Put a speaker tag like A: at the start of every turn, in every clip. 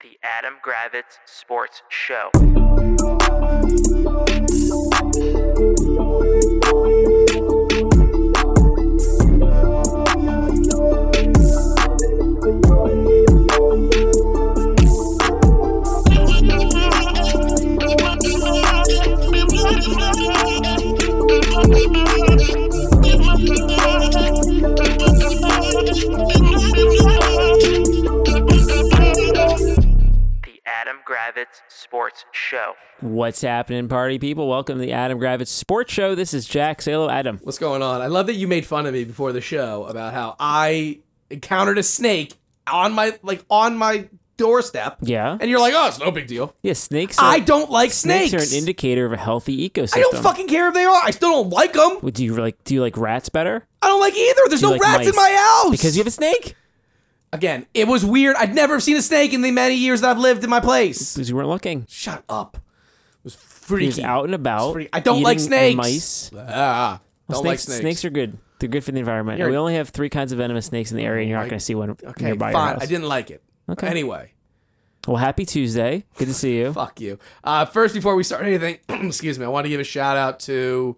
A: The Adam Gravitz Sports Show. The Adam Gravitz Sports Show.
B: What's happening, party people? Welcome to the Adam Gravitz Sports Show. This is Jack Salo. Adam,
C: What's going on? I love that you made fun of me before the show about how I encountered a snake on my like on my doorstep.
B: Yeah.
C: And you're like, oh, it's no big deal.
B: yeah, snakes. Are,
C: I don't like snakes.
B: snakes are an indicator of a healthy ecosystem.
C: I don't fucking care if they are. I still don't like them.
B: Well, Do you like? Do you like rats better?
C: I don't like either. There's
B: Do
C: no
B: you like
C: rats in
B: mice?
C: my house.
B: Because you have a snake.
C: again, it was weird. I'd never seen a snake in the many years that I've lived in my place.
B: Because you weren't looking.
C: Shut up. It was
B: He
C: freaky.
B: was out and about.
C: pretty- I don't like
B: eating
C: snakes.
B: Mice.
C: Ah, don't
B: snakes,
C: like snakes.
B: are good. They're good for the environment.
C: You're-
B: we only have three kinds of venomous snakes in the area, and you're not going to see one
C: okay,
B: nearby your
C: fine.
B: house.
C: I didn't like it.
B: Okay.
C: Anyway.
B: Well, happy Tuesday. Good to see you.
C: Fuck you. Uh, first, before we start anything, excuse me, I want to give a shout out to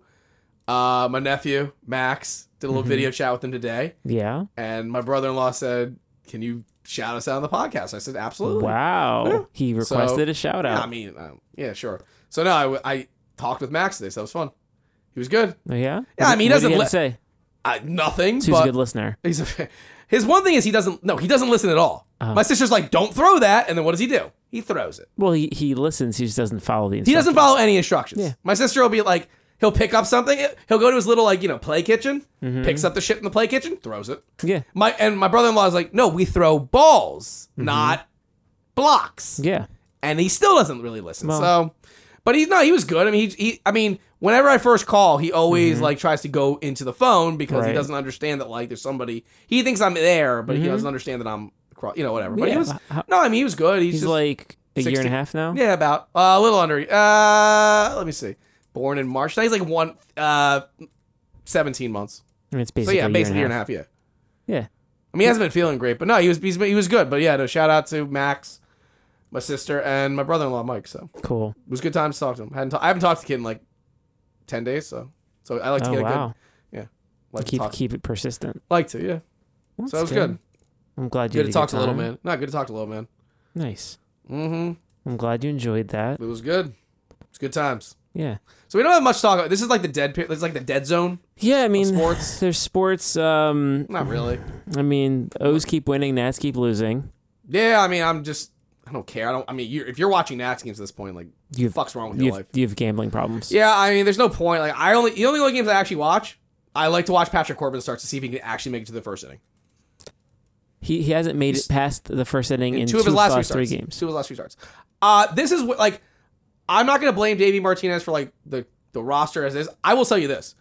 C: uh, my nephew, Max. Did a
B: Mm-hmm.
C: little video chat with him today.
B: yeah.
C: And my brother in law said, Can you shout us out on the podcast? I said, Absolutely.
B: Wow.
C: Yeah.
B: He requested a shout
C: Yeah,
B: out.
C: I mean, um, yeah, sure. So, no, I, w- I talked with Max today, so that was fun. He was good.
B: Oh, yeah.
C: Yeah, I
B: What did
C: mean, he doesn't
B: have to
C: let-
B: say.
C: I, nothing,
B: So he's
C: but
B: a good listener.
C: he's a, his one thing is he doesn't, no, he doesn't listen at all.
B: Oh.
C: My sister's like, Don't throw that. And then what does he do? He throws it.
B: Well, he, he listens. He just doesn't follow the
C: He
B: instructions.
C: doesn't follow any instructions.
B: Yeah.
C: My sister will be like, he'll pick up something. He'll go to his little like you know play kitchen,
B: Mm-hmm.
C: picks up the shit in the play kitchen, throws it.
B: Yeah.
C: My and my brother in law is like, no, we throw balls, not blocks.
B: Mm-hmm. Yeah.
C: And he still doesn't really listen.
B: Well-
C: so, but he's no, he was good. I mean, he, he I mean, whenever I first call, he always like tries to go into the phone because
B: Mm-hmm. Right. Mm-hmm.
C: he doesn't understand that like there's somebody. He thinks I'm there, but he doesn't understand that I'm across. You know, whatever. But
B: Yeah,
C: he was
B: how-
C: no, I mean, he was good. He's,
B: He's
C: just,
B: like a year and
C: 60
B: a half now.
C: yeah, about uh, a little under. Uh, let me see. Born in March. Now he's like one, uh, 17 months.
B: I mean, it's
C: So
B: basically
C: yeah,
B: a
C: basically a year and a
B: half.
C: half. Yeah.
B: Yeah.
C: I mean, he hasn't been feeling great, but no, he was he's, he was good. But yeah, no, shout out to Max, my sister, and my brother-in-law Mike. So
B: Cool.
C: it was a good time to talk to him. Hadn't ta- I haven't talked to the kid in like 10 days, so so I like to
B: Oh,
C: get a
B: wow.
C: good yeah like to
B: Keep
C: talk
B: keep it persistent.
C: like to yeah.
B: That's
C: so it was good.
B: I'm glad you
C: Good
B: had
C: to
B: a
C: talk to
B: good
C: little
B: time.
C: man. Not good to talk to little man.
B: Nice.
C: Mm-hmm.
B: I'm glad you enjoyed that.
C: It was good. It's good times.
B: Yeah.
C: So we don't have much to talk about. This is like the dead. pe- It's like the dead zone.
B: Yeah, I mean,
C: sports?
B: There's sports. Um,
C: Not really.
B: I mean, O's keep winning, Nats keep losing.
C: Yeah, I mean, I'm just, I don't care. I don't. I mean, you're, if you're watching Nats games at this point, like,
B: You've-
C: fuck's wrong with
B: You
C: your
B: have,
C: life?
B: you have gambling problems.
C: Yeah, I mean, there's no point. Like, I only the only only games I actually watch, I like to watch Patrick Corbin starts to see if he can actually make it to the first inning.
B: He, he hasn't made it past the first inning in,
C: two of his last three
B: three
C: starts.
B: games.
C: Two of his last three starts. Uh, this is what like, I'm not gonna blame Davey Martinez for like the the roster as is. I will tell you this: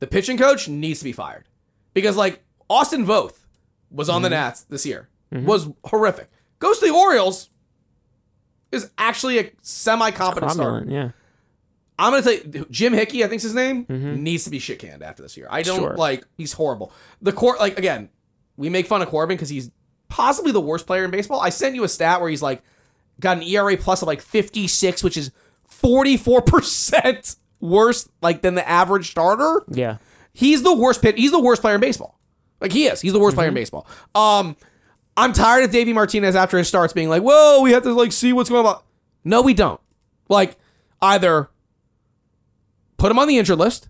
C: the pitching coach needs to be fired because like Austin Voth was on
B: Mm-hmm.
C: the Nats this year, was horrific. Goes to the Orioles. Is actually a semi-competent starter.
B: Cromulent, yeah.
C: I'm gonna tell you, Jim Hickey, I think's his name, needs to be shit canned after this year. I don't
B: Sure.
C: like. He's horrible. The core, like again, we make fun of Corbin because he's possibly the worst player in baseball. I sent you a stat where he's like got an ERA plus of like 56, which is 44 percent worse like than the average starter.
B: Yeah.
C: He's the worst pit. He's the worst player in baseball. Like he is. He's the worst player in
B: Mm-hmm.
C: baseball. Um, I'm tired of Davey Martinez after his starts being like, "Whoa, we have to like see what's going on." No, we don't. Like either put him on the injured list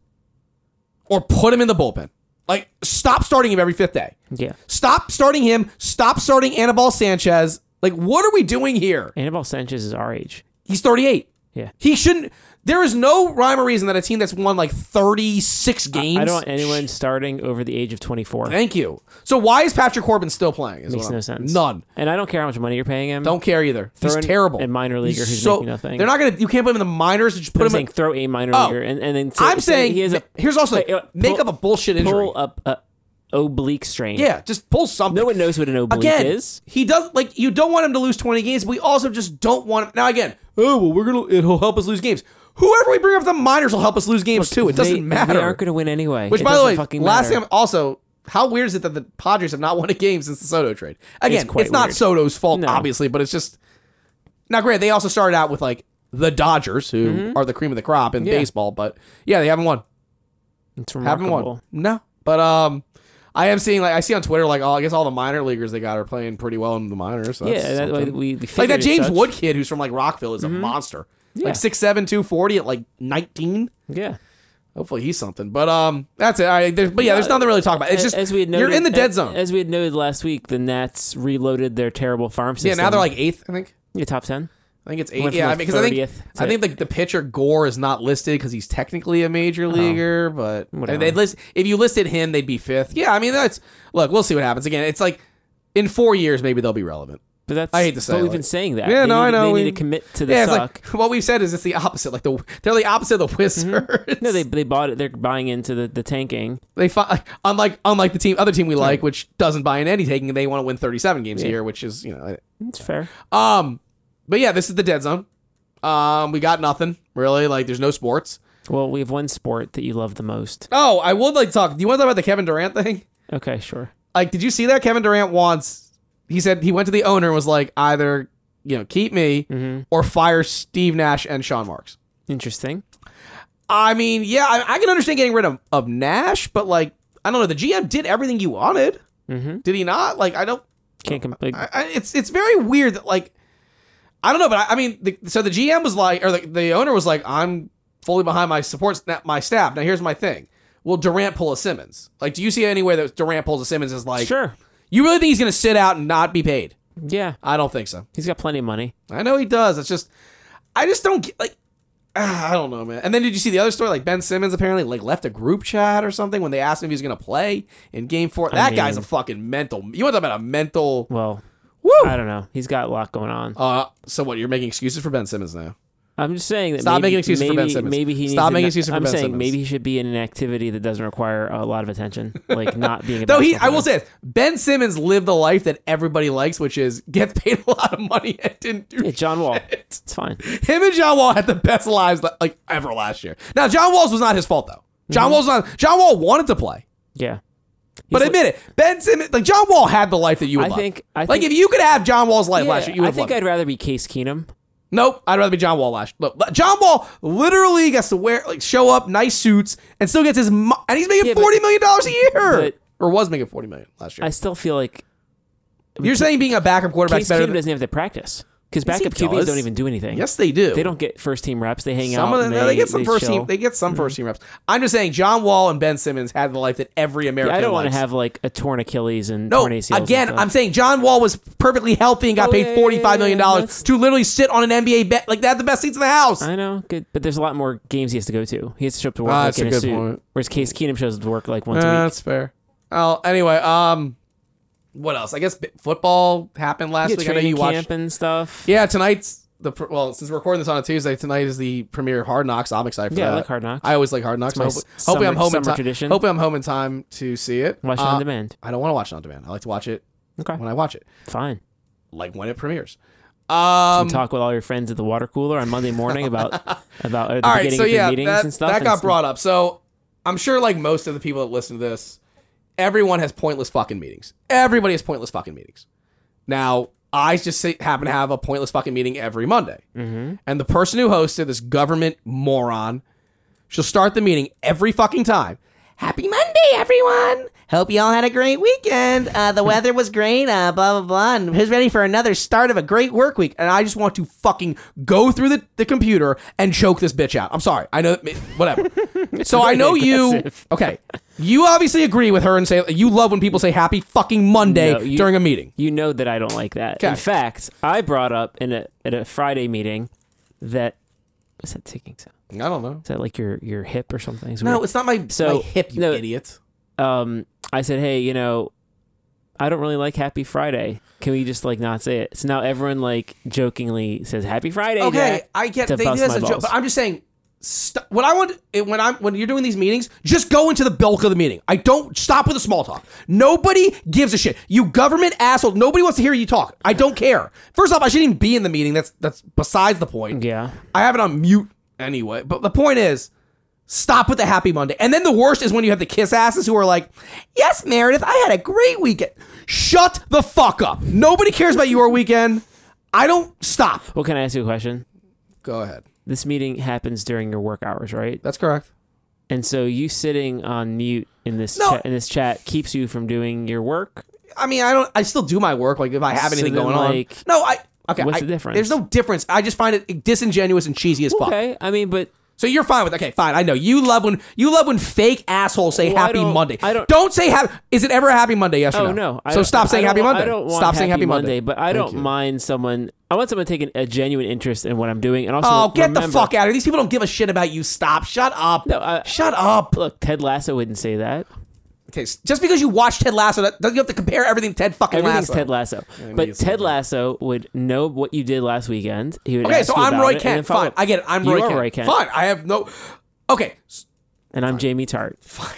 C: or put him in the bullpen. Like stop starting him every fifth day.
B: Yeah.
C: Stop starting him. Stop starting Anibal Sanchez. Like what are we doing here?
B: Anibal Sanchez is our age.
C: He's 38.
B: Yeah.
C: He shouldn't. There is no rhyme or reason that a team that's won like 36 games.
B: I don't want anyone starting over the age of 24.
C: Thank you. So why is Patrick Corbin still playing? Is
B: Makes
C: what I'm-
B: no sense.
C: None.
B: And I don't care how much money you're paying him.
C: Don't care either. He's
B: Throw in
C: terrible.
B: a minor leaguer
C: He's
B: who's making nothing.
C: They're not gonna. You can't put him in the minors. Just put
B: I'm
C: him.
B: saying
C: in,
B: throw a minor
C: Oh.
B: leaguer and, and then say,
C: I'm
B: say
C: saying
B: he is a
C: here's also
B: Hey, uh,
C: make
B: pull-
C: up a bullshit injury.
B: pull up a oblique strain.
C: Yeah, just pull something.
B: No one knows what an oblique
C: again,
B: is.
C: He does like you don't want him to lose 20 games, but we also just don't want him. Now again, oh well, we're gonna it'll help us lose games. Whoever we bring up the minors will help us lose games too. It doesn't
B: They-
C: matter.
B: They aren't going to win anyway.
C: Which
B: It
C: by the
B: doesn't
C: way,
B: fucking
C: last
B: matter.
C: time also, how weird is it that the Padres have not won a game since the Soto trade? Again,
B: It's
C: it's,
B: quite
C: not
B: weird.
C: Soto's fault
B: No.
C: obviously, but it's just Now, granted, they also started out with like the Dodgers, who are the cream of the crop in
B: Mm-hmm. Yeah.
C: baseball, but yeah, they haven't won.
B: It's
C: Haven't
B: remarkable.
C: won. No, but um, I am seeing like I see on Twitter like all I guess all the minor leaguers they got are playing pretty well in the minors. So that's
B: Yeah, that,
C: something.
B: like, we, we
C: like that
B: figured as
C: James
B: such. Mm-hmm.
C: Wood kid who's from like Rockville is a monster.
B: Yeah.
C: Like six seven two forty at like nineteen.
B: Yeah,
C: Hopefully he's something. But um, that's it. I, there's, but yeah, there's nothing really to talk about. It's
B: A-
C: just
B: as we had noted,
C: you're in the dead
B: a-
C: zone.
B: As we had noted last week, the Nats reloaded their terrible farm
C: yeah,
B: system.
C: now they're like eighth, I think.
B: yeah, top ten.
C: I think it's
B: Went
C: eight.
B: from,
C: Yeah, I
B: like,
C: mean, because I think
B: 30th to-
C: I think the, the pitcher Gore is not listed because he's technically a major leaguer, but
B: Oh. Whatever.
C: they list if you listed him, they'd be fifth. Yeah, I mean that's look, we'll see what happens. Again, it's like in four years maybe they'll be relevant.
B: But that's
C: I hate to say
B: but
C: it,
B: we've
C: like-
B: been saying that.
C: Yeah,
B: They
C: no,
B: need,
C: I know,
B: They
C: we-
B: need to commit to the
C: yeah, it's
B: suck. Mm-hmm.
C: like what we've said is it's the opposite. Like the they're the opposite of the Wizards.
B: no, they they bought it. They're buying into the, the tanking.
C: They fi- like, unlike unlike the team other team we like, which doesn't buy in any taking, they want to win thirty seven games a year, which is you know.
B: It's fair.
C: Um, but yeah, this is the dead zone. Um, we got nothing really. Like, there's no sports.
B: Well, we have one sport that you love the most.
C: Oh, I would like to talk. Do you want to talk about the Kevin Durant thing?
B: Okay, sure.
C: Like, did you see that Kevin Durant wants? He said he went to the owner and was like, either you know keep me or fire Steve Nash and Sean Marks.
B: Interesting.
C: I mean, yeah, I, I can understand getting rid of, of Nash, but like, I don't know. The GM did everything you wanted,
B: Mhm.
C: did he not? Like, I don't.
B: Can't complain.
C: Oh, I, I- it's it's very weird that like I don't know, but I, I mean, the, so the GM was like, or the, the owner was like, I'm fully behind my support sta- my staff. Now here's my thing: Will Durant pull a Simmons? Like, do you see any way that Durant pulls a Simmons is like,
B: Sure.
C: you really think he's gonna sit out and not be paid?
B: Yeah,
C: I don't think so.
B: he's got plenty of money.
C: I know he does. It's just, I just don't get like. ah, I don't know, man. And then did you see the other story? Like Ben Simmons apparently like left a group chat or something when they asked him if he was gonna play in Game Four. That guy's a
B: mean-
C: fucking mental. You want to talk about a mental?
B: Well,
C: Woo!
B: I don't know. He's got a lot going on.
C: Uh, so what? You're making excuses for Ben Simmons now?
B: I'm just saying that.
C: Stop
B: maybe,
C: making excuses for
B: maybe,
C: Ben Simmons.
B: Maybe he
C: Stop
B: needs
C: making
B: an-
C: excuses for
B: I'm
C: Ben
B: saying
C: Simmons.
B: maybe he should be in an activity that doesn't require a lot of attention, like not being. a
C: Though he, I
B: basketball
C: will
B: player.
C: say this: Ben Simmons lived the life that everybody likes, which is get paid a lot of money and didn't do.
B: Yeah, John Wall.
C: shit.
B: It's fine.
C: Him and John Wall had the best lives that, like ever last year. Now John Wall's was not his fault though. John Wall's not. John Wall wanted to play,
B: Yeah.
C: but
B: Mm-hmm. He's-
C: admit it, Ben Simmons, like John Wall had the life that you would
B: I
C: love.
B: think- I
C: like
B: think-
C: if you could have John Wall's life
B: Yeah,
C: last year, you would
B: I think
C: love it.
B: I'd rather be Case Keenum.
C: Nope, I'd rather be John Wall last. Look, John Wall literally gets to wear like show up nice suits and still gets his mo- and he's making
B: Yeah, but-
C: forty million dollars a year,
B: but-
C: or was making forty million last year.
B: I still feel like
C: You're saying being a backup quarterback
B: Case
C: is better
B: Keenum
C: than
B: doesn't have to practice because
C: Yes, he
B: backup QBs
C: does.
B: don't even do anything.
C: Yes, they do.
B: They don't get first team reps. They hang
C: Some
B: out.
C: of them,
B: and they,
C: they get some first
B: show. Mm-hmm.
C: team. They get some first team reps. I'm just saying, John Wall and Ben Simmons had the life that every American.
B: I don't want to
C: likes.
B: have like a torn Achilles and
C: No,
B: torn ACLs. and
C: again,
B: stuff.
C: I'm saying John Wall was perfectly healthy and got
B: Oh, yeah,
C: paid
B: yeah,
C: forty five million
B: yeah, yeah,
C: dollars
B: that's-
C: to literally sit on an NBA bet. Like they had the best seats in the house.
B: I know, good, but there's a lot more games he has to go to. He has to show up to work
C: Ah,
B: like,
C: that's
B: in
C: a
B: a,
C: good
B: suit,
C: point.
B: whereas Case Keenum shows up to work like once
C: Uh,
B: a week.
C: that's fair. Oh, anyway, um, what else? I guess b- football happened last
B: Yeah,
C: week. I know
B: training
C: you
B: camp
C: watched.
B: and stuff.
C: Yeah, tonight's the pr- well. Since we're recording this on a Tuesday, tonight is the premiere of Hard Knocks. I'm excited for
B: Yeah, I
C: that.
B: like Hard Knocks.
C: I always like Hard Knocks.
B: my
C: Hopefully,
B: s-
C: hopefully I'm
B: summer-
C: home in
B: summer
C: time.
B: tradition.
C: Hopefully I'm home in time to see it.
B: Watch it
C: Uh,
B: on demand.
C: I don't want to watch it on demand. I like to watch it
B: Okay,
C: when I watch it,
B: fine.
C: like when it premieres.
B: You
C: Um,
B: talk with all your friends at the water cooler on Monday morning about about uh, the
C: all right,
B: beginning
C: so
B: of your
C: yeah,
B: meetings
C: that,
B: and stuff.
C: that
B: and
C: got
B: s-
C: brought up. So I'm sure, like most of the people that listen to this, everyone has pointless fucking meetings. Everybody has pointless fucking meetings. Now, I just say, happen to have a pointless fucking meeting every Monday.
B: Mm-hmm.
C: And the person who hosted this government moron, she'll start the meeting every fucking time. Happy Monday, everyone. Hope you all had a great weekend. Uh, the weather was great. Uh, blah blah blah. And who's ready for another start of a great work week? And I just want to fucking go through the, the computer and choke this bitch out. I'm sorry. I know. Whatever. so I know you.
B: aggressive.
C: Okay. You obviously agree with her and say you love when people say happy fucking Monday
B: No, you-
C: during a meeting.
B: You know that I don't like that. In
C: Okay.
B: fact, I brought up in a at a Friday meeting that what's that ticking sound?
C: I don't know.
B: Is that like your your hip or something? It's
C: No,
B: weird.
C: it's not my,
B: So,
C: my hip, you
B: no.
C: idiot.
B: um, I said, hey, you know, I don't really like Happy Friday. Can we just like not say it? So now everyone like jokingly says Happy Friday.
C: Okay,
B: Jack,"
C: I get
B: to
C: they do
B: bust
C: this
B: my
C: as a joke,
B: balls.
C: but I'm just saying. St- what I want it- when I'm when you're doing these meetings, just go into the bulk of the meeting. I don't stop with the small talk. Nobody gives a shit. You government asshole. Nobody wants to hear you talk. I don't care. First off, I shouldn't even be in the meeting. That's that's besides the point.
B: Yeah.
C: I have it on mute anyway. But the point is, stop with the happy Monday. And then the worst is when you have the kiss asses who are like, "Yes, Meredith, I had a great weekend." Shut the fuck up. Nobody cares about your weekend. I don't stop.
B: Well, can I ask you a question?
C: Go ahead.
B: This meeting happens during your work hours, right?
C: That's correct.
B: And so you sitting on mute in this
C: No.
B: chat in this chat keeps you from doing your work.
C: I mean, I don't. I still do my work. Like if I have
B: So
C: anything
B: then,
C: going
B: like,
C: on. No, I. Okay.
B: what's
C: I-
B: the difference?
C: There's no difference. I just find it disingenuous and cheesy as fuck.
B: Okay, I mean, but
C: So you're fine with okay, fine. I know you love when you love when fake assholes say
B: Well, I
C: Happy
B: don't-
C: Monday.
B: I don't-
C: don't say happy. Is it ever a Happy Monday? Yes or
B: oh
C: no?
B: no. I
C: so
B: don't-
C: stop
B: I
C: saying
B: don't
C: Happy
B: want-
C: Monday.
B: I don't want
C: stop saying Happy Monday.
B: but I don't
C: you.
B: mind someone. I want someone taking a genuine interest in what I'm doing, and also
C: Oh, get the
B: remember-
C: fuck out of here! These people don't give a shit about you. Stop. Shut up.
B: No, I-
C: Shut up.
B: Look, Ted Lasso wouldn't say that.
C: Okay, s- just because you watch Ted Lasso, that, doesn't you have to compare everything to Ted fucking
B: Everything's
C: Lasso?
B: Ted Lasso, but
C: it's Ted
B: Ted Lasso would know what you did last weekend. He would
C: okay,
B: ask
C: so
B: you
C: I'm
B: about
C: Roy
B: it and then
C: Kent.
B: follow
C: Fine,
B: up.
C: I get it. I'm
B: You
C: Roy,
B: are
C: Kent.
B: Roy Kent.
C: Fine, I have no. Okay, s-
B: and I'm Jamie Tart.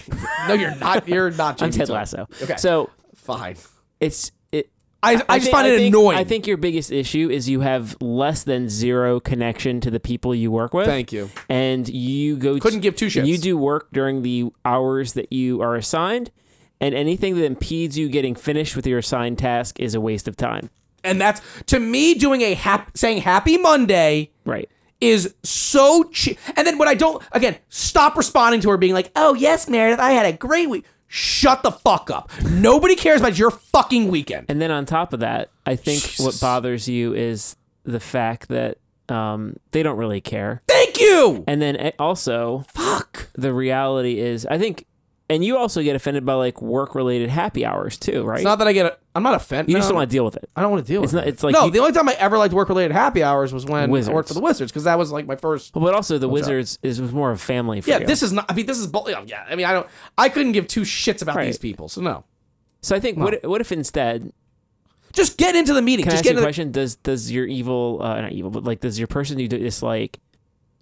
C: no, you're not. You're not.
B: I'm
C: Jamie
B: Ted
C: Tart.
B: Lasso.
C: Okay,
B: So
C: fine.
B: it's it.
C: I, I, just
B: thi-
C: find it
B: think-
C: annoying.
B: I think your biggest issue is you have less than zero connection to the people you work with.
C: Thank you.
B: And you go to-
C: Couldn't give two shits.
B: You do work during the hours that you are assigned, and anything that impedes you getting finished with your assigned task is a waste of time.
C: and that's to me doing a hap- saying Happy Monday
B: Right.
C: is so che- and then when I don't again stop responding to her being like oh yes Meredith I had a great week shut the fuck up nobody cares about your fucking weekend
B: And then on top of that, I think what bothers you is the fact that um, they don't really care.
C: thank you
B: And then eh, also,
C: fuck
B: the reality is, I think, and you also get offended by like work related happy hours too, right?
C: it's not that I get a, I'm not offended
B: you just don't want to deal with it.
C: I don't want to deal
B: It's
C: with
B: not-
C: it.
B: it's like
C: Um, no
B: you-
C: the only time I ever liked work related happy hours was when I
B: Wizards.
C: worked for the Wizards because that was like my first
B: But also, the Wizards is was more of a family for
C: yeah
B: you.
C: this is not I mean this is bull- oh, yeah I mean I don't I couldn't give two shits about
B: Right.
C: these people so no
B: so I think what what if instead?
C: just get into the meeting
B: Can I
C: just
B: ask you
C: get
B: a question?
C: into the,
B: Does does your evil uh, not evil, but like does your person you dislike?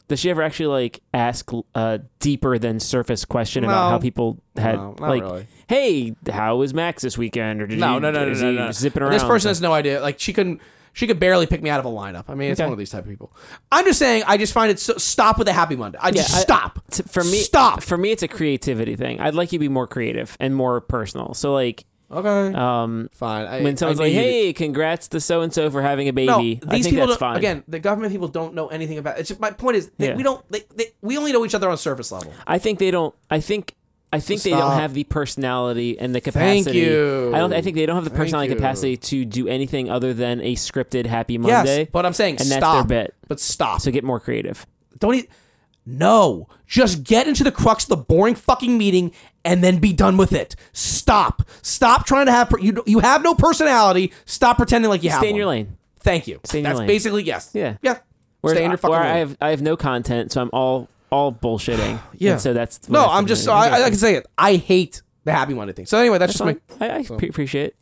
B: Does she ever actually like ask a deeper than surface question about
C: No.
B: how people had
C: No, not
B: like,
C: really.
B: hey, how was Max this weekend? Or did
C: No,
B: you,
C: no, no, no,
B: is
C: no,
B: he
C: no.
B: zipping
C: And
B: around?
C: This person has no idea. Like she couldn't. She could barely pick me out of a lineup. I mean, it's
B: Okay.
C: one of these type of people. I'm just saying. I just find it. So, stop with the happy Monday. I just
B: I-
C: stop.
B: T- for me,
C: stop.
B: For me, it's a creativity thing. I'd like you to be more creative and more personal. So like,
C: okay,
B: um,
C: fine. I,
B: when
C: I
B: someone's
C: knew
B: like,
C: you-
B: "Hey, congrats to so and so for having a baby,"
C: no,
B: I
C: these
B: think
C: people.
B: that's
C: don't-
B: fine.
C: Again, the government people don't know anything about. It's just, my point is, they,
B: Yeah.
C: we don't. They, they, we only know each other on surface level.
B: I think they don't. I think. I think they don't
C: Stop.
B: have the personality and the capacity.
C: Thank you.
B: I don't. I think they don't have the personality
C: you.
B: capacity to do anything other than a scripted Happy Monday.
C: yes, but I'm saying
B: and
C: stop.
B: that's their bit.
C: But stop.
B: So get more creative.
C: don't. E- no, just get into the crux of the boring fucking meeting and then be done with it. Stop. Stop trying to have per- you. You have no personality. Stop pretending like you have.
B: Stay in
C: one.
B: your lane.
C: Thank you.
B: in your
C: That's
B: lane.
C: basically yes.
B: Yeah.
C: Yeah.
B: Whereas
C: Stay in
B: I-
C: your fucking
B: where
C: lane.
B: I have I have no content, so I'm all all bullshitting.
C: Yeah.
B: And so that's what
C: no,
B: I
C: I'm
B: think
C: just.
B: it
C: So
B: is.
C: I, I can say it. I hate the happy Monday thing. So anyway, that's, just
B: Fine.
C: my.
B: I, I pre- appreciate. it.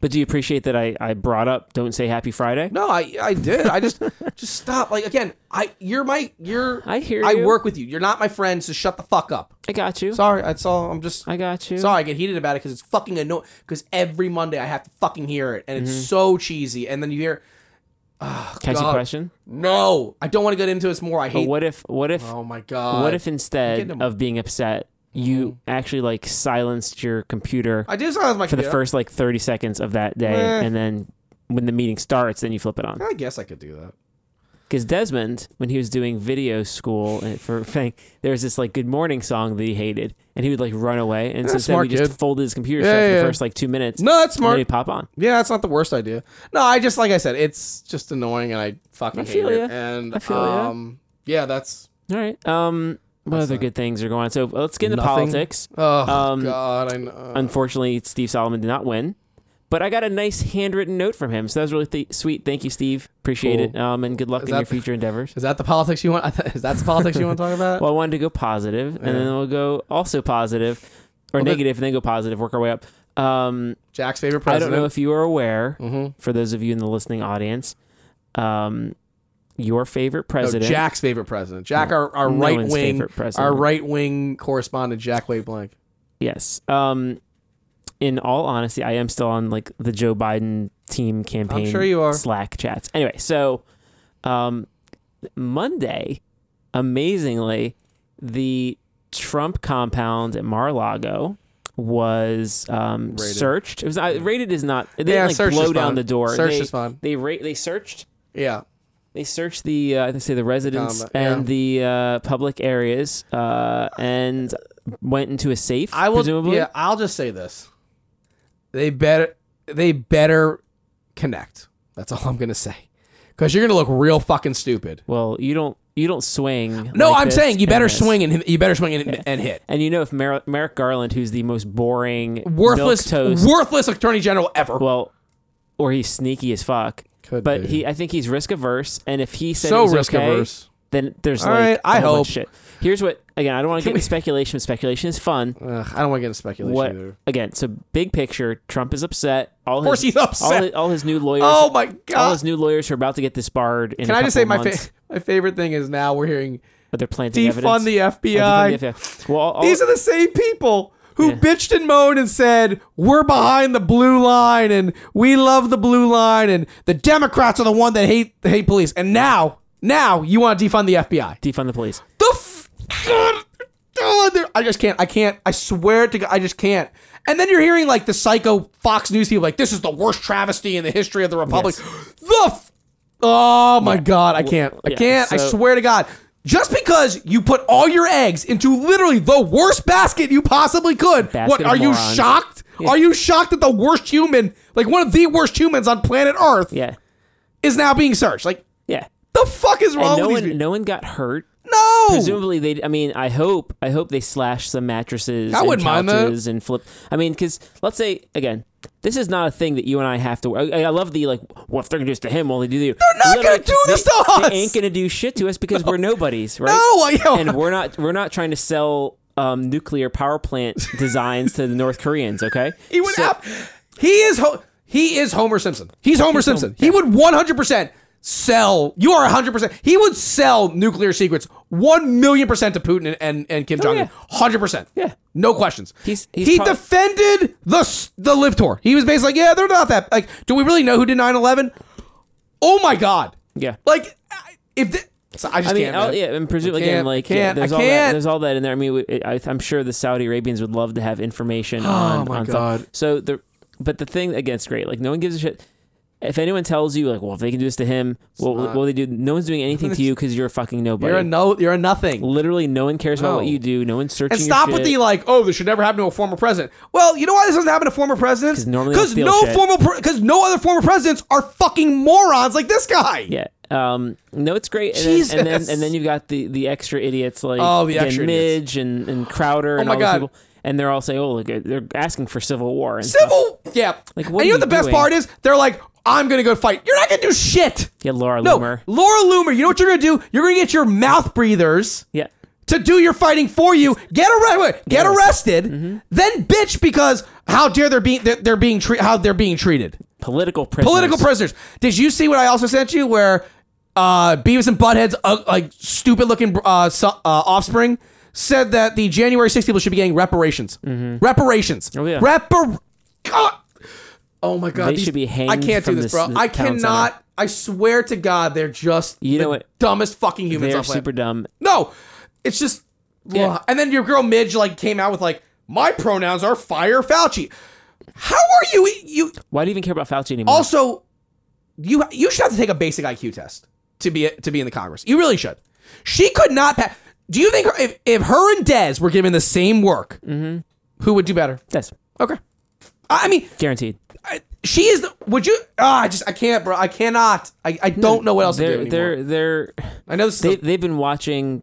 B: But do you appreciate that I, I brought up don't say Happy Friday?
C: No, I I did. I just just stop. Like again, I you're my you're.
B: I hear
C: I
B: you.
C: work with you. You're not my friend, so shut the fuck up.
B: I got you.
C: Sorry, that's all. I'm just.
B: I got you.
C: Sorry, I get heated about it because it's fucking annoying. Because every Monday I have to fucking hear it, and it's
B: Mm-hmm.
C: so cheesy. And then you hear,
B: Catchy
C: God.
B: question.
C: no, I don't want to get into this more. I
B: But
C: hate.
B: what if what if
C: oh my god.
B: What if instead
C: getting 'em.
B: of being upset, you actually like silenced your computer
C: Mm-hmm. I do sound like my
B: for the first like 30 seconds of that day
C: Meh.
B: and then when the meeting starts then you flip it on.
C: I guess I could do that.
B: Cuz Desmond when he was doing video school and for Fang there was this like good morning song that he hated and he would like run away and so then
C: smart
B: we just
C: kid.
B: folded his computer
C: Yeah,
B: shut for
C: yeah,
B: the
C: yeah.
B: first like 2 minutes.
C: No, that's
B: And then
C: smart.
B: he'd pop on.
C: Yeah, that's not the worst idea. No, I just like I said, it's just annoying, and I fucking
B: I feel
C: hate
B: ya.
C: it. And
B: I feel ya.
C: um, yeah, that's
B: All right. Um what other good things are going on? So uh, let's get into
C: Nothing.
B: politics.
C: oh
B: Um,
C: god, I know.
B: Unfortunately, Steve Solomon did not win, but I got a nice handwritten note from him, so that was really th- sweet. Thank you, Steve. Appreciate it.
C: Cool.
B: Um, and good luck
C: Is
B: in
C: that-
B: your future endeavors.
C: is that the politics you want? Is that the politics you want to talk about?
B: Well, I wanted to go positive, and then we'll go also positive or
C: that-
B: negative, and then go positive. Work our way up. Um,
C: Jack's favorite
B: I don't
C: president.
B: know if you are aware,
C: Mhm.
B: for those of you in the listening audience, um, your favorite
C: No,
B: president.
C: Oh, Jack's favorite president. Jack, our, our
B: Oh, No
C: right
B: one's
C: wing,
B: favorite president.
C: our right wing correspondent, Jack Wade Blank.
B: Yes. Um, in all honesty, I am still on like the Joe Biden team campaign
C: sure you are.
B: Slack chats. Anyway, so um, Monday, amazingly, the Trump compound at Mar-a-Lago was um, searched. It was not, rated is not. They
C: Yeah,
B: didn't like
C: searched
B: blow
C: is
B: down
C: fine.
B: the door.
C: Searched
B: they,
C: is fine.
B: They rate. They searched.
C: Yeah.
B: They searched the uh, I think say the residence
C: Combat,
B: and the uh, public areas uh, and went into a safe.
C: I will.
B: presumably.
C: Yeah, I'll just say this: they better they better connect. That's all I'm gonna say, because you're gonna look real fucking stupid.
B: Well, you don't you don't swing.
C: No,
B: like
C: I'm
B: this
C: saying you
B: and
C: better
B: this.
C: swing and hit- you better swing and, and hit.
B: And you know if Mer- Merrick Garland, who's the most boring
C: Worthless,
B: milquetoast-
C: worthless attorney general ever.
B: well, or he's sneaky as fuck.
C: Could
B: but
C: be.
B: he, I think he's risk averse, and if he said
C: So
B: it was
C: risk-averse.
B: okay, then there's
C: All
B: like
C: right,
B: a
C: I
B: whole bunch
C: hope.
B: of shit. Here's what again. I don't want to get
C: we-
B: into speculation. Speculation is fun.
C: Ugh, I don't want to get into speculation
B: What
C: either.
B: again? So big picture, Trump is upset. All
C: course
B: his,
C: he's upset.
B: All his, all his new lawyers.
C: Oh my
B: All
C: god!
B: his new lawyers are about to get disbarred. In
C: Can
B: I
C: I just say my fa- my favorite thing is now we're hearing
B: They're planting evidence.
C: defund the
B: Oh,
C: FBI.
B: defund the FBI. Well, all, all-
C: These are the same people who bitched and moaned and said, We're behind the blue line and we love the blue line and the Democrats are the one that hate the hate police. And now, now you want to defund the FBI.
B: defund the police.
C: The f- God, God, they're- I just can't. I can't. I swear to God, I just can't. And then you're hearing like the psycho Fox News people like, This is the worst travesty in the history of the Republic. The f- Oh my God, I can't. I
B: yeah,
C: can't. I
B: so-
C: swear to God. Just because you put all your eggs into literally the worst basket you possibly could,
B: Basket
C: what
B: of
C: are you
B: morons.
C: shocked? Are you shocked that the worst human, like one of the worst humans on planet Earth,
B: Yeah,
C: is now being searched? Like
B: yeah.
C: the fuck is
B: And
C: wrong
B: no
C: with
B: one,
C: these
B: no one got hurt.
C: people? No,
B: Presumably, they. I mean, I hope. I hope they slash some mattresses.
C: I
B: and
C: wouldn't mind that.
B: couches And flip. I mean, because let's say again, this is not a thing that you and I have to. I, I love the like. Well, if they're gonna do this to him, well, they do. They're
C: not gonna do this
B: they,
C: to us!
B: They ain't gonna do shit to us because we're nobodies, right?
C: no, yeah,
B: and we're not. We're not trying to sell um, nuclear power plant designs to the North Koreans. Okay.
C: He would.
B: So-
C: ab- he is. Ho- he is Homer Simpson. He's Homer Simpson. he would one hundred percent sell. You are hundred percent. He would sell nuclear secrets one million percent to Putin and and, and Kim Jong Un.
B: Oh, yeah.
C: Hundred percent.
B: Yeah.
C: No questions.
B: He's- he's
C: he
B: prob-
C: defended the s- the live tour. He was basically like, yeah, they're not that. Like, do we really know who did 9-11? Oh my god.
B: Yeah.
C: Like, I- if th- so I
B: I
C: just
B: mean,
C: can't.
B: I'll-
C: man.
B: yeah, and
C: I
B: presumably
C: can't,
B: again, like yeah,
C: can't,
B: there's
C: I
B: all that,
C: can't.
B: there's all that in there. I mean, we- it, I, I'm sure the Saudi Arabians would love to have information on.
C: Oh my
B: on some-
C: God.
B: So the, but the thing again, it's great. Like no one gives a shit. If anyone tells you like, well, if they can do this to him, well, what will they do? No one's doing anything to you because you're a fucking nobody.
C: You're a no. You're a nothing.
B: Literally, no one cares about what
C: No.
B: you do. No one's searching.
C: And stop
B: your
C: with
B: shit.
C: the like, oh, this should never happen to a former president. Well, you know why this doesn't happen to former presidents?
B: 'Cause normally they steal
C: no
B: shit.
C: former, because no other former presidents are fucking morons like this guy.
B: Yeah. Um, no, it's great. And then, and
C: Jesus.
B: then and then you've got the the extra idiots like
C: Oh, the
B: again,
C: extra idiots.
B: Midge
C: Oh
B: and, and Crowder and
C: my
B: all those
C: God.
B: people, and they're all saying, oh, look, they're asking for civil war. And stuff.
C: Civil, yeah.
B: Like, what
C: and you know
B: are
C: what the
B: you
C: best
B: doing?
C: part is? They're like, I'm gonna go fight. You're not gonna do shit.
B: Yeah, Laura
C: No,
B: Loomer.
C: Laura Loomer. You know what you're gonna do? You're gonna get your mouth breathers
B: Yeah.
C: to do your fighting for you. Get arrested. Get arrested.
B: arrested.
C: Then bitch because how dare they're being they're, they're being tre- how they're being treated.
B: Political prisoners.
C: political prisoners. Did you see what I also sent you where uh, Beavis and Butthead's uh, like stupid looking uh, so, uh, offspring said that the January 6th people should be getting reparations. Reparations.
B: Oh, yeah.
C: Repar- God. Oh my god.
B: They should be hanged
C: I can't
B: from
C: do this,
B: this-
C: bro.
B: the
C: I
B: town
C: cannot.
B: center.
C: I swear to God, they're just
B: You know
C: the
B: what?
C: dumbest fucking humans.
B: They're
C: on planet.
B: super dumb.
C: No, it's just.
B: Yeah.
C: Ugh. And then your girl Midge like came out with like, my pronouns are fire Fauci. How are you? e-, You
B: Why do you even care about Fauci anymore?
C: also, you you should have to take a basic IQ test to be to be in the Congress. You really should. She could not pass. Do you think her, if if her and Dez were given the same work,
B: Mm-hmm.
C: who would do better?
B: That's
C: Okay, I I mean,
B: guaranteed.
C: I- she is. The, would you? Ah, I just I can't, bro. I cannot. I, I don't know what else to
B: They're
C: do anymore.
B: they're they're
C: I know this.
B: they,
C: Is
B: they've been watching.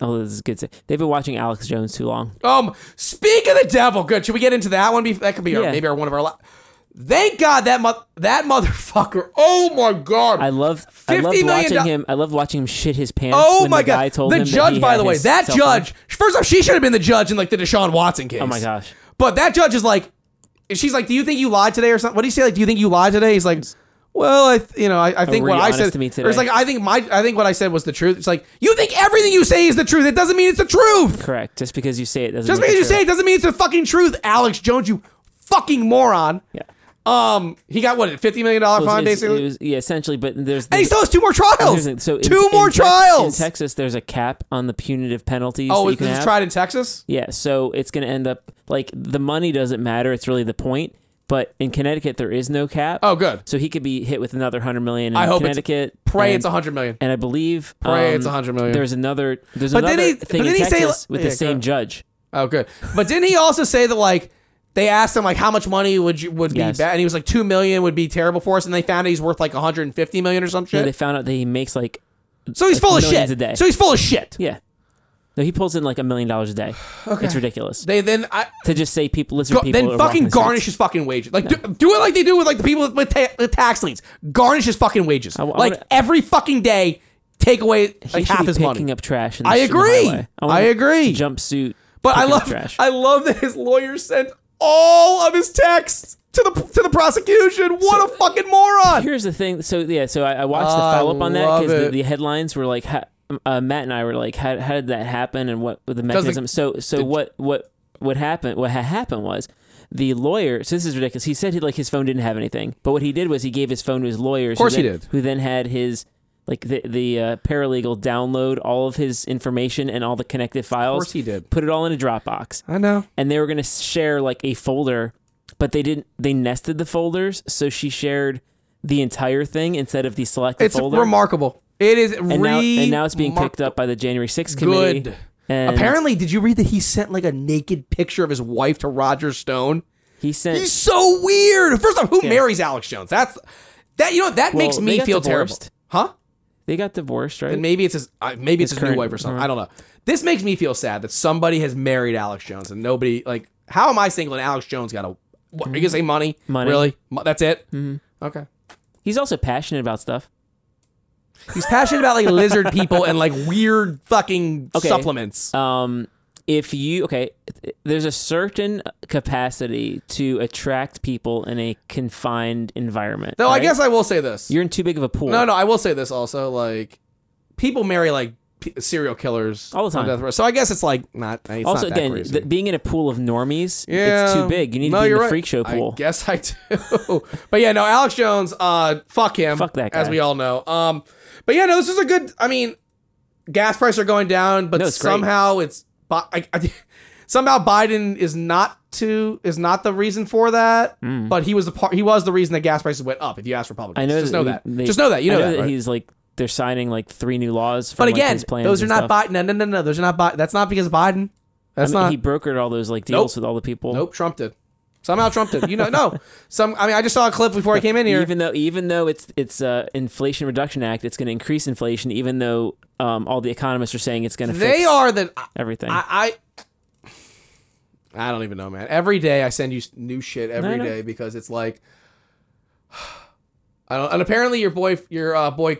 B: Oh, this is good. to- They've been watching Alex Jones too long.
C: a, um, speak of the devil. Good. Should we get into that one? Be- That could be our,
B: Yeah.
C: maybe our one of our. La- Thank God that mo- that motherfucker. Oh my God.
B: I love I love
C: $50 million
B: watching him. I love watching him shit his pants.
C: Oh
B: when
C: my
B: the
C: god!
B: Guy told
C: the
B: him that
C: judge,
B: he
C: by
B: had
C: the way,
B: his
C: that
B: cell phone.
C: judge. First off, she should have been the judge in like the Deshaun Watson case.
B: Oh my gosh.
C: But that judge is like, she's like, "Do you think you lied today or something?" What do you say? Like, "Do you think you lied today?" He's like, "Well, I, th- you know, I, I think
B: were
C: what
B: you
C: I
B: honest
C: said."
B: to me
C: Or it's
B: today?
C: like, "I think my, I think what I said was the truth." It's like, "You think everything you say is the truth? It doesn't mean it's the truth.
B: Correct. Just because you say it doesn't.
C: Just
B: make
C: because
B: it
C: you
B: true.
C: say it doesn't mean it's the fucking truth, Alex Jones. You fucking moron."
B: Yeah.
C: Um, he got what fifty million dollar
B: Well,
C: fine
B: it's-
C: basically,
B: it was- yeah, essentially. But there's
C: and he
B: the-
C: still has two more trials.
B: here's the thing, so in-
C: two
B: in
C: more
B: Tex-
C: trials.
B: in Texas. There's a cap on the punitive penalties.
C: oh,
B: that
C: is
B: you can
C: this
B: have.
C: tried in Texas?
B: Yeah, so it's going to end up like the money doesn't matter. It's really the point. But in Connecticut, there is no cap.
C: Oh, good.
B: so he could be hit with another hundred million in
C: I hope it's-
B: Connecticut.
C: Pray
B: and,
C: it's a hundred million.
B: and I believe
C: Pray
B: um,
C: it's 100 million.
B: There's another. There's
C: But
B: another
C: then he-
B: thing
C: but
B: in
C: then he say-
B: Texas with
C: yeah,
B: the
C: go
B: same
C: ahead.
B: judge.
C: Oh, good. But didn't he also say that like they asked him like how much money would you would
B: Yes.
C: be bad, and he was like two million would be terrible for us, and they found out he's worth like one hundred and fifty million or some
B: You
C: shit.
B: know, they found out that he makes like
C: so he's full of
B: millions a
C: shit.
B: day.
C: So he's full of shit.
B: yeah. No, he pulls in like a million dollars a day. It's ridiculous
C: They then I.
B: to just say people, lizard
C: go-
B: people. are
C: then
B: walking
C: fucking
B: the streets.
C: garnish his fucking wages. Like do, do it like they do with like the people with, with, ta- with tax liens. Garnish his fucking wages.
B: I wanna-
C: like every fucking day, take away
B: He should
C: like half
B: be
C: his
B: picking
C: money.
B: up trash. In the
C: I
B: sh- in the
C: agree.
B: highway.
C: I
B: want a
C: agree.
B: Jumpsuit.
C: But I
B: picking up
C: love
B: trash.
C: I love that his lawyer sent all of his texts to the to the prosecution. What a fucking moron!
B: Here's the thing. So yeah, so I, I watched the
C: I
B: follow up on that
C: love
B: because the,
C: it.
B: the headlines were like, ha, uh, Matt and I were like, how, how did that happen and what with the
C: the-
B: mechanism? so so what what what happened? What had happened was the lawyer. So this is ridiculous. He said he like his phone didn't have anything, but what he did was he gave his phone to his lawyers. Of
C: course
B: who
C: he
B: then,
C: did.
B: Who then had his. Like the the uh, paralegal download all of his information and all the connected files.
C: course he did.
B: Put it all in a Dropbox
C: I know.
B: and they were going to share like a folder, but they didn't. They nested the folders, so she shared the entire thing instead of the selected
C: It's
B: folder.
C: remarkable. It is
B: and now, and now it's being picked up by the January 6th committee.
C: Good.
B: And
C: Apparently, did you read that he sent like a naked picture of his wife to Roger Stone?
B: he sent.
C: He's so weird. First off, who marries Alex Jones? That's that. You know that
B: Well,
C: makes
B: they
C: me
B: got
C: feel
B: divorced.
C: terrible, huh?
B: they got divorced, right?
C: And maybe it's his. Uh, maybe it's his,
B: current- uh-huh.
C: new wife or something. I don't know. This makes me feel sad that somebody has married Alex Jones and nobody like. How am I single and Alex Jones got a? What, are you gonna say money?
B: Mm-hmm. Money. Mm-hmm.
C: Really? Mo- That's it. Okay.
B: He's also passionate about stuff.
C: He's passionate about like lizard people and like weird fucking
B: Okay.
C: supplements.
B: Um, if you okay, there's a certain capacity to attract people in a confined environment.
C: Though I
B: right?
C: guess I will say this.
B: you're in too big of a pool.
C: No, no, I will say this also. Like, people marry like p- serial killers
B: All the
C: on
B: time.
C: death row. So I guess it's like not. It's
B: Also,
C: not that
B: again,
C: crazy.
B: th- being in a pool of normies,
C: Yeah,
B: it's too big. You need
C: no,
B: to be in
C: you're
B: the
C: right.
B: freak show pool.
C: I guess I do. but yeah, no, Alex Jones, uh, fuck him.
B: Fuck that
C: As
B: guy.
C: we all know. Um, but yeah, no, this is a good. I mean, gas prices are going down, but
B: No, it's great.
C: somehow it's. Bi- I, I, somehow Biden is not to is not the reason for that. But he was the part. He was the reason that gas prices went up. If you ask Republicans,
B: Mm. I know
C: just
B: that
C: know
B: we-
C: that.
B: they-
C: just know that. You
B: I
C: know, that. right?
B: he's like they're signing like three new laws. From,
C: But
B: like,
C: again,
B: his plans
C: those are
B: and
C: not
B: stuff.
C: Biden. No, no, no, no. Those are not Biden. That's not because of Biden. That's
B: I mean,
C: not.
B: he brokered all those like deals with all the people.
C: nope. Trump did. Somehow Trump did. You know, no. Some. I mean, I just saw a clip before I came in here.
B: Even though, even though it's it's uh, Inflation Reduction Act, it's going to increase inflation. Even though um, all the economists are saying it's going to
C: They
B: fix
C: are the. I,
B: everything.
C: I. I don't even know, man. Every day I send you s- new shit every
B: know.
C: day because it's like. I don't, and apparently your boy, your uh, boy,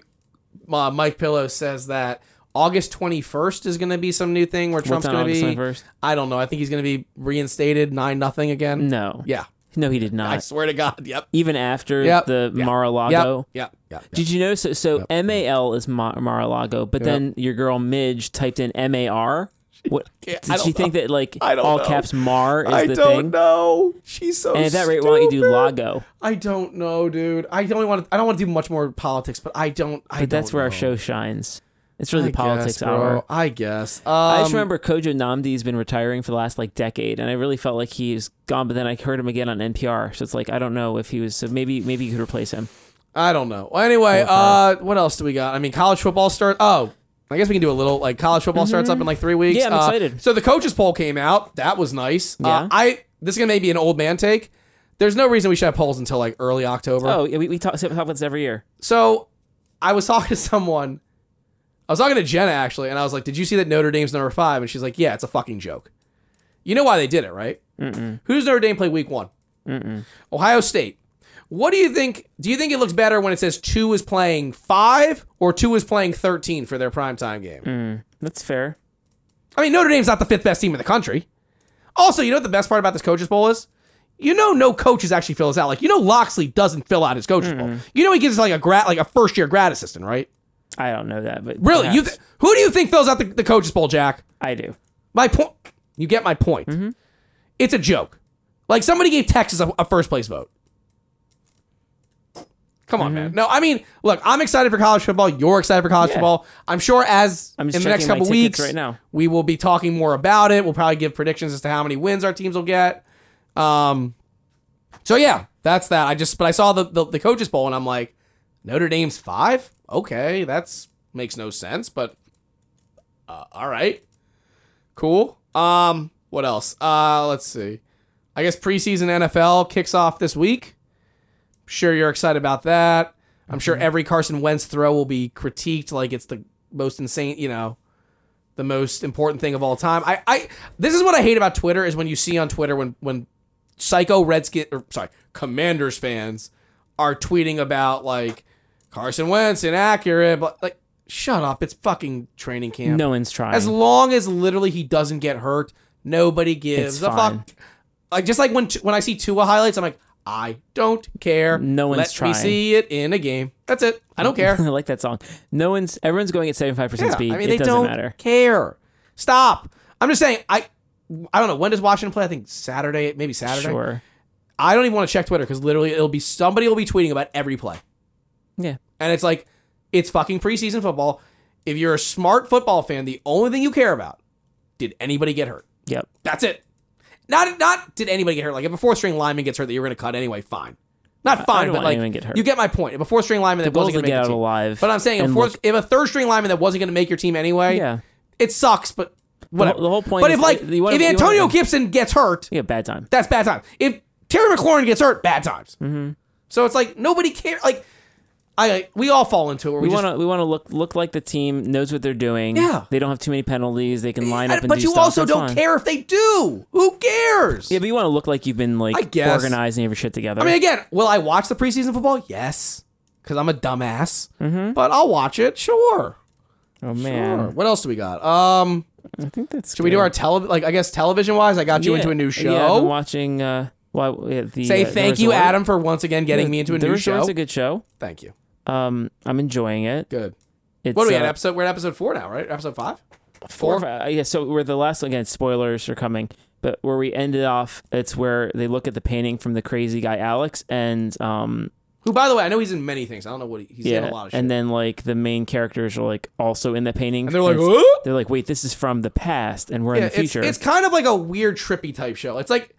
C: uh, Mike Pillow says that August twenty first is going to be some new thing where Trump's
B: on
C: going to
B: August
C: be.
B: 21st?
C: I don't know. I think he's going to be reinstated nine nothing again.
B: no,
C: Yeah.
B: no, he did not.
C: I swear to God. Yep.
B: even after
C: Yep.
B: the
C: Yep.
B: Mar-a-Lago.
C: Yep. Yep. yep.
B: Did you know? So, so MAL is Ma- Mar-a-Lago, but then your girl Midge typed in MAR. What
C: can't- I
B: did she
C: don't
B: think that like
C: I don't
B: all
C: know.
B: caps Mar is
C: I
B: the
C: don't
B: thing?
C: know. She's so.
B: And at that rate, why don't you do
C: stupid.
B: Lago?
C: I don't know, dude. I don't want to. I don't want to do much more politics, but I don't. I
B: But that's
C: don't
B: where our
C: know.
B: show shines. It's really
C: I
B: the politics
C: guess, bro.
B: hour.
C: I guess. Um,
B: I just remember Kojo Namdi's been retiring for the last like decade, and I really felt like he's gone. But then I heard him again on NPR, so it's like I don't know if he was. So maybe maybe you could replace him.
C: I don't know. Well, anyway, uh, what else do we got? I mean, college football starts. Oh, I guess we can do a little. Like college football starts up in like three weeks.
B: Yeah, I'm
C: Uh,
B: excited.
C: So the coaches poll came out. That was nice. Uh,
B: Yeah.
C: I this is gonna maybe an old man take. There's no reason we should have polls until like early October.
B: Oh, yeah, we, we talk, talk about this every year.
C: So I was talking to someone. I was talking to Jenna actually, and I was like, "Did you see that Notre Dame's number five? And she's like, "Yeah, it's a fucking joke." You know why they did it, right? Mm-mm. Who does Notre Dame play week one? Ohio State. What do you think? Do you think it looks better when it says two is playing five or two is playing thirteen for their primetime game?
B: That's fair.
C: I mean, Notre Dame's not the fifth best team in the country. Also, you know what the best part about this coaches bowl is? You know, no coaches actually fill this out. Like, you know, Loxley doesn't fill out his coaches bowl. You know, he gives us like a grad, like a first year grad assistant, right?
B: I don't know that, but
C: Really, you
B: perhaps
C: th- who do you think fills out the, the coaches bowl, Jack?
B: I do.
C: My point.
B: Mm-hmm.
C: You get my point. It's a joke. Like somebody gave Texas a, a first place vote. Come
B: Mm-hmm.
C: on, man. No, I mean, look, I'm excited for college football. You're excited for college
B: Yeah.
C: football. I'm sure as
B: I'm just
C: in the next
B: checking my
C: couple
B: tickets
C: weeks,
B: right now.
C: we will be talking more about it. We'll probably give predictions as to how many wins our teams will get. Um, so yeah, that's that. I just, but I saw the the, the coaches poll and I'm like, Notre Dame's five. Okay, that's makes no sense, but uh, all right, cool. Um, what else? Uh, let's see. I guess preseason NFL kicks off this week. Sure, you're excited about that. I'm sure every Carson Wentz throw will be critiqued like it's the most insane, you know, the most important thing of all time. I, I this is what I hate about Twitter is when you see on Twitter when when psycho Redskin or sorry, Commanders fans are tweeting about like Carson Wentz inaccurate, but like shut up, it's fucking training camp.
B: No one's trying.
C: As long as literally he doesn't get hurt, nobody gives
B: It's
C: a
B: fine.
C: fuck. Like just like when when I see Tua highlights, I'm like, I don't care.
B: No one's
C: Let
B: trying.
C: Me see it in a game. That's it. I don't care.
B: I like that song. No one's. Everyone's going at 75 percent
C: Yeah,
B: speed.
C: I mean,
B: it
C: they
B: doesn't
C: don't
B: matter.
C: care. Stop. I'm just saying. I I don't know when does Washington play. I think Saturday, maybe Saturday.
B: Sure.
C: I don't even want to check Twitter because literally it'll be somebody will be tweeting about every play.
B: Yeah.
C: And it's like, it's fucking preseason football. If you're a smart football fan, the only thing you care about, did anybody get hurt?
B: Yep.
C: That's it. Not not did anybody get hurt. Like if a four string lineman gets hurt that you're gonna cut anyway, fine. Not
B: I
C: fine,
B: don't
C: but
B: want
C: like
B: anyone to get hurt.
C: you get my point. If a four string lineman that
B: Goals
C: wasn't
B: to
C: gonna make
B: get out
C: your team,
B: alive.
C: but I'm saying if,
B: and
C: fourth,
B: look-
C: if a third string lineman that wasn't gonna make your team anyway,
B: yeah.
C: it sucks. But whatever.
B: the whole point
C: But
B: is
C: if like
B: that you wanna-
C: if
B: you wanna-
C: Antonio Gibson gets hurt,
B: Yeah. Bad time.
C: that's bad times. If Terry McLaurin gets hurt, bad times.
B: Mm-hmm.
C: So it's like nobody cares. Like I we all fall into it. Where we
B: We
C: just
B: want to. We want to look look like the team knows what they're doing.
C: Yeah.
B: They don't have too many penalties. They can line up. And
C: but
B: do
C: you
B: stuff.
C: also
B: That's
C: don't
B: fine.
C: care if they do. Who cares?
B: Yeah, but you want to look like you've been like
C: I guess.
B: organizing your shit together.
C: I mean, again, will I watch the preseason football? Yes, because I'm a dumbass.
B: Mm-hmm.
C: But I'll watch it. Sure.
B: oh
C: Sure.
B: man,
C: What else do we got? Um,
B: I think that's.
C: should we do our tele? Like, I guess television wise, I got you into a new show.
B: Yeah, I've been watching. Uh, why yeah, the
C: Say
B: uh, The
C: thank you,
B: Resort.
C: Adam, for once again getting me into a
B: the
C: new show.
B: Resort's a good show.
C: thank you.
B: Um, I'm enjoying it.
C: Good.
B: It's,
C: What are we at?
B: uh,
C: Episode? We're at episode four now, right? Episode five.
B: four or five. Yeah, so where the last again spoilers are coming, but where we ended off, it's where they look at the painting from the crazy guy Alex, and um,
C: Who, by the way, I know he's in many things. I don't know what he, he's in
B: yeah,
C: a lot of shit.
B: and then like the main characters are like also in the painting,
C: And they're like,
B: it's-
C: "Huh?"
B: they're like, wait, this is from the past, and we're in the
C: Yeah, it's,
B: future.
C: it's kind of like a weird trippy type show. It's like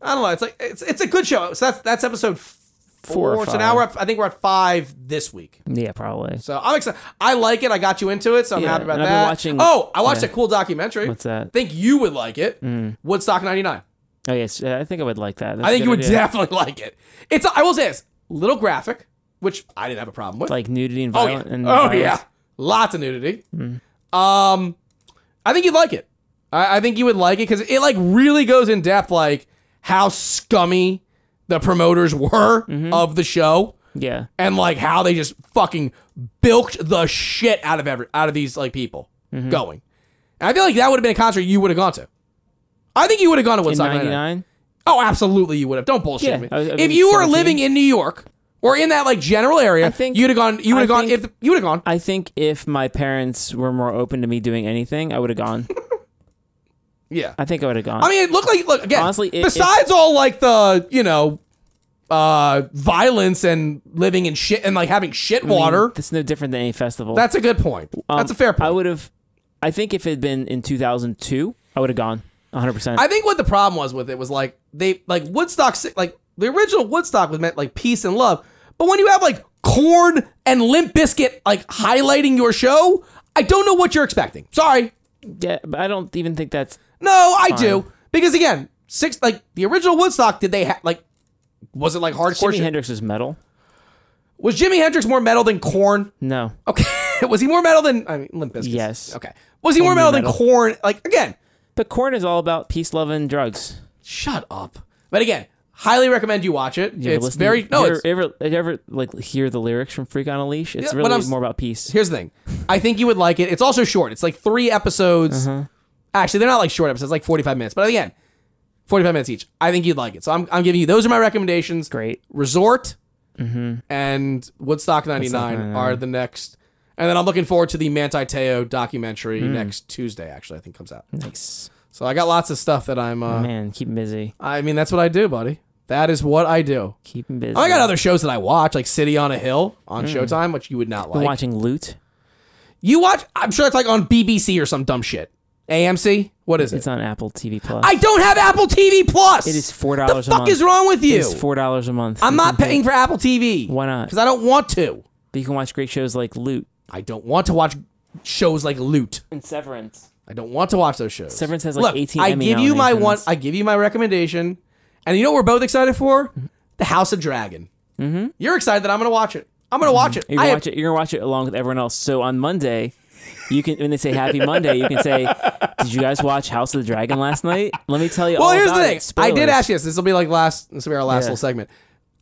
C: I don't know. It's like it's it's a good show. So that's that's episode f-
B: Four
C: four.
B: or
C: So now
B: five.
C: we're up, I think we're at five this week.
B: yeah, probably.
C: So I'm excited. I like it. I got you into it, so I'm
B: Yeah,
C: happy about
B: and I've been
C: that.
B: watching-
C: oh, I watched
B: yeah.
C: a cool documentary.
B: What's that?
C: think you would like it. Woodstock '99.
B: Oh yes, yeah, I think I would like that. That's
C: I
B: a
C: think
B: good
C: you would
B: idea.
C: definitely like it. It's I will say this little graphic, which I didn't have a problem with.
B: like nudity and
C: oh
B: violence.
C: yeah,
B: And Hmm.
C: oh
B: violence.
C: yeah, lots of nudity. Um, I think you'd like it. I, I think you would like it because it like really goes in depth, like how scummy the promoters were
B: Mm-hmm.
C: of the show
B: yeah.
C: and like how they just fucking bilked the shit out of every out of these like people
B: Mm-hmm.
C: going. And I feel like that would have been a concert you would have gone to. I think you would have gone to
B: In
C: Woodstock. 99.
B: '99,
C: Oh, absolutely, you would have. Don't bullshit
B: Yeah,
C: me.
B: I was- I
C: if
B: was
C: you were
B: 17.
C: living in New York or in that like general area,
B: I think-
C: you'd have gone. You would have
B: I
C: gone.
B: think-
C: if you would have gone,
B: I think if my parents were more open to me doing anything, I would have gone.
C: yeah.
B: I think I would have gone.
C: I mean, it looked like look again.
B: Honestly, it-
C: besides all like the you know, uh, violence and living in shit and like having shit water.
B: It's no different than any festival.
C: that's a good point.
B: Um,
C: that's a fair point.
B: I would have. I think if it had been in 2002, I would have gone 100. percent
C: I think what the problem was with it was like they like Woodstock si- like the original Woodstock was meant like peace and love, but when you have like corn and Limp Biscuit like highlighting your show, I don't know what you're expecting. Sorry,
B: Yeah, but I don't even think that's.
C: no, I do because again, six like the original Woodstock did they ha- like was it like hardcore?
B: Jimi
C: shit?
B: Hendrix was metal.
C: was Jimi Hendrix more metal than corn?
B: No,
C: Okay, was he more metal than I mean Limp Bizkit?
B: Yes.
C: Okay, was he more metal, than
B: metal.
C: corn? Like again,
B: but Corn is all about peace, love, and drugs.
C: shut up. But again, highly recommend you watch it.
B: You ever
C: it's
B: listen-
C: very no.
B: You
C: It's,
B: ever, ever, you ever like hear the lyrics from Freak on a Leash? It's
C: Yeah, but
B: really
C: I'm s-
B: more about peace.
C: here's the thing. I think you would like it. It's also short. It's like three episodes.
B: Uh-huh.
C: Actually, they're not like short episodes. Like forty five minutes. But again, forty five minutes each. I think you'd like it. So I'm I'm giving you those are my recommendations.
B: Great. Mm-hmm.
C: Resort and Woodstock 99 are the next. And then I'm looking forward to the Manti Teo documentary
B: Mm.
C: next Tuesday, actually, I think comes out.
B: Nice.
C: So I got lots of stuff that I'm uh,
B: Man, keep 'em busy.
C: I mean, that's what I do, buddy. That is what I do.
B: Keep him busy.
C: I got other shows that I watch, like City on a Hill on
B: Mm.
C: Showtime, which you would not
B: Been
C: like.
B: watching Loot.
C: You watch? I'm sure it's like on BBC or some dumb shit. AMC? What is
B: It's
C: it?
B: on Apple TV Plus.
C: I don't have Apple TV Plus.
B: it is four dollars a
C: The fuck
B: month.
C: is wrong with you?
B: It's four dollars a month.
C: I'm
B: You
C: not
B: can pay-
C: paying for Apple TV.
B: Why not?
C: Because I don't want to.
B: But you can watch great shows like Loot
C: I don't want to watch shows like Loot.
B: and Severance.
C: I don't want to watch those shows.
B: Severance has, like,
C: Look,
B: 18
C: I
B: Emmy
C: give you my one.
B: nominations.
C: I give you my recommendation, and you know what we're both excited for? The House of Dragon. Mm-hmm. You're excited that I'm going to watch it. I'm going to watch it.
B: You're Mm-hmm.
C: I
B: gonna
C: have-
B: watch it. You're gonna watch it along with everyone else. So on Monday, you can when they say Happy Monday, you can say, "Did you guys watch House of the Dragon last night?" Let me tell you.
C: Well,
B: all
C: here's the
B: about
C: thing.
B: Oh, it.
C: I did
B: Spoilers.
C: ask you this. This will be like last. This will be our last
B: Yeah.
C: little segment.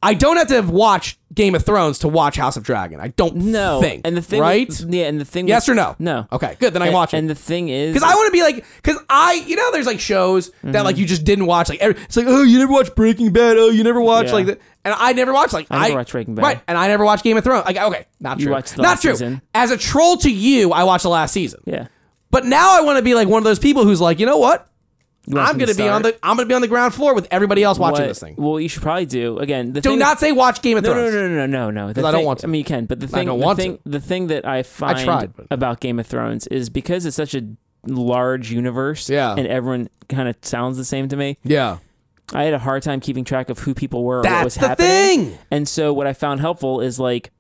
C: I don't have to have watched Game of Thrones to watch House of Dragon. I don't
B: No,
C: think.
B: and the thing,
C: right?
B: Yeah, and the thing.
C: Yes
B: with-
C: or no?
B: No.
C: Okay, good. Then I can
B: and,
C: watch it.
B: And the thing is,
C: Because I want to be like, because I, you know, there's like shows
B: Mm-hmm.
C: that like you just didn't watch. Like every, it's like, oh, you never watched Breaking Bad. Oh, you never watched
B: Yeah.
C: like that. And I never watched like
B: I never watched Breaking Bad.
C: Right, and I never watched Game of Thrones. Like, okay, not true.
B: watched the
C: not
B: last
C: true.
B: season.
C: As a troll to you, I watched the last season.
B: yeah,
C: But now I want to be like one of those people who's like, you know what?
B: You want
C: I'm
B: me
C: gonna be on
B: start?
C: the I'm gonna be on the ground floor with everybody else watching
B: What-
C: this thing.
B: Well, you should probably do again. The
C: Do
B: thing
C: not say watch Game of
B: No,
C: Thrones.
B: no, no, no, no, no, no. The
C: I don't
B: thing-
C: want to.
B: I mean, you can, but the thing,
C: don't
B: the
C: want
B: thing, the thing that I find
C: tried, but-
B: about Game of Thrones is because it's such a large universe,
C: Yeah.
B: and everyone kind of sounds the same to me.
C: Yeah.
B: I had a hard time keeping track of who people were, or what was
C: That's the
B: happening,
C: thing.
B: and so what I found helpful is like,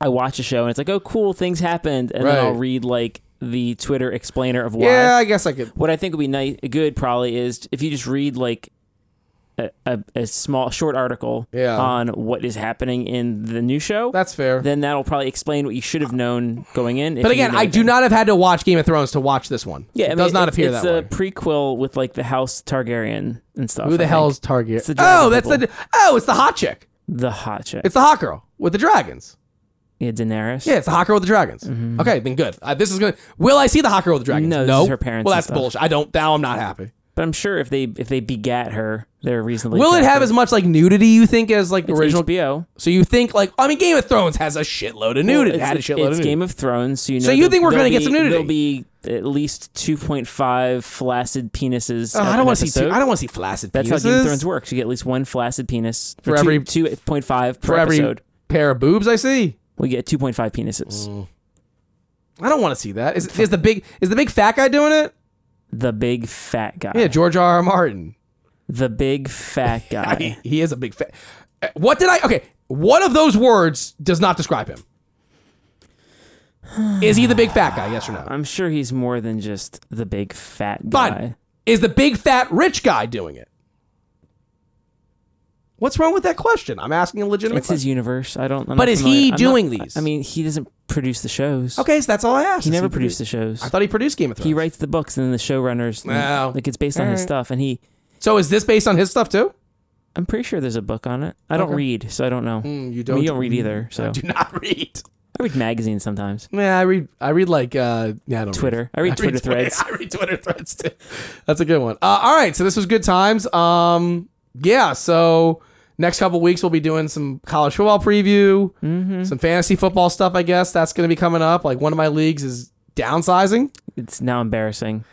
B: I watch a show and it's like, oh, cool, things happened, and then I'll
C: Right.
B: read like the Twitter explainer of why.
C: Yeah, I guess I could.
B: What I think would be nice, good probably is if you just read like a, a, a small, short article
C: Yeah.
B: on what is happening in the new show
C: That's fair.
B: then that'll probably explain what you should have known going in.
C: but again, I do not have had to watch Game of Thrones to watch this one.
B: Yeah,
C: it
B: I mean,
C: does not
B: it's,
C: appear
B: it's
C: that way.
B: a prequel with like the House Targaryen and stuff.
C: Who the
B: I
C: hell
B: think.
C: is Targaryen?
B: the dragon
C: oh, that's the oh, it's the hot chick.
B: the hot chick?
C: It's the hot girl with the dragons.
B: yeah, Daenerys.
C: Yeah, it's the hot girl with the dragons. Okay, then good. Uh, this is good. Will I see the hot girl with the dragons?
B: No, this is her parents
C: Well,
B: and
C: that's
B: stuff.
C: bullshit. I don't. Now I'm not happy.
B: but I'm sure if they if they begat her, they're reasonably.
C: Will it have
B: attractive.
C: as much like nudity? You think as like
B: It's
C: original?
B: HBO?
C: So you think like I mean, Game of Thrones has a shitload of
B: Well,
C: nudity.
B: it's
C: had a shitload
B: it's
C: of nudity.
B: Game of Thrones, so you know.
C: So you
B: there'll-
C: think we're gonna
B: there'll
C: get some
B: be-
C: nudity?
B: There'll be at least 2.5 flaccid penises.
C: Oh,
B: at
C: I
B: an
C: don't want to see.
B: episode.
C: Two, I don't want to see flaccid.
B: That's
C: penises
B: how Game of Thrones works. You get at least one flaccid penis
C: For every-
B: two point five per
C: For every
B: episode.
C: pair of boobs I see,
B: We get two point five penises.
C: Mm. I don't want to see that. Is, is the big is the big fat guy doing it?
B: The big fat guy.
C: Yeah, George R. R. Martin.
B: The big fat guy.
C: He, he is a big fat. Uh, What did I? Okay, one of those words does not describe him. Is he the big fat guy? Yes or no?
B: I'm sure he's more than just the big fat
C: But
B: guy.
C: is the big fat rich guy doing it? What's wrong with that question? I'm asking a legitimate
B: it's his
C: question.
B: universe. I don't. I'm
C: But
B: not
C: is
B: familiar-
C: he
B: I'm
C: doing
B: not-
C: these?
B: I mean, he doesn't produce the shows.
C: okay, so that's all I asked.
B: He
C: Is
B: never
C: produ-
B: produced the shows.
C: I thought he produced Game of Thrones.
B: He writes the books and then the showrunners. and-
C: Wow.
B: Like it's based on his stuff, and he.
C: so is this based on his stuff too?
B: I'm pretty sure there's a book on it. I don't read, so I don't know.
C: Hmm, you
B: I mean, you
C: don't
B: don't read either, so
C: Do not read.
B: I read magazines sometimes.
C: Yeah, I read. I read like uh, yeah, I don't
B: Twitter. I
C: Read.
B: read Twitter
C: Twitter-
B: threads.
C: I read Twitter threads too. That's a good one. Uh, all right, so this was good times. Um, yeah, so next couple weeks we'll be doing some college football preview,
B: Mm-hmm.
C: some fantasy football stuff. I guess that's going to be coming up. Like one of my leagues is downsizing.
B: It's now embarrassing.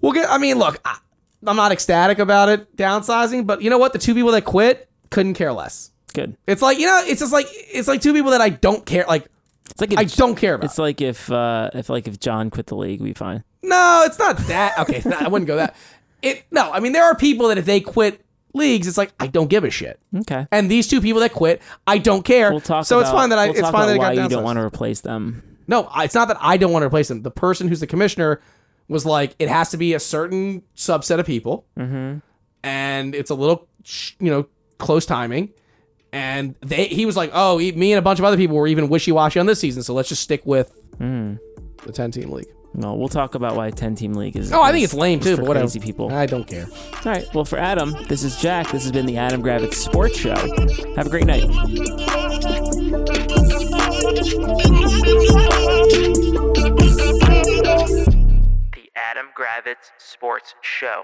C: We'll get. I mean, look, I, I'm not ecstatic about it downsizing, but you know what? The two people that quit couldn't care less.
B: Good.
C: It's like you know, it's just like it's like two people that I don't care. Like
B: It's like if,
C: I don't care about.
B: It's like if uh, if like if John quit the league, we fine.
C: No, it's not that. Okay, no, I wouldn't go that. It no, I mean there are people that if they quit leagues, it's like I don't give a shit.
B: Okay.
C: And these two people that quit, I don't care.
B: We'll talk.
C: so it's
B: about-
C: fine that I
B: we'll
C: it's
B: talk
C: fine
B: about
C: that it
B: why you
C: got
B: don't
C: downsized.
B: want to replace them.
C: No, I- it's not that I don't want to replace them. The person who's the commissioner was like, it has to be a certain subset of people,
B: Mm-hmm.
C: and it's a little, sh- you know, close timing. And they, he was like, oh, he, me and a bunch of other people were even wishy washy on this season, so let's just stick with
B: Mm.
C: the ten team league.
B: No, we'll talk about why ten team league is.
C: Oh, I think
B: is-
C: it's lame
B: is
C: too,
B: for
C: but whatever.
B: Crazy people. All
C: I don't care.
B: right. Well, for Adam, this is Jack. This has been the Adam Gravitz Sports Show. Have a great night.
A: The Adam Gravitz Sports Show.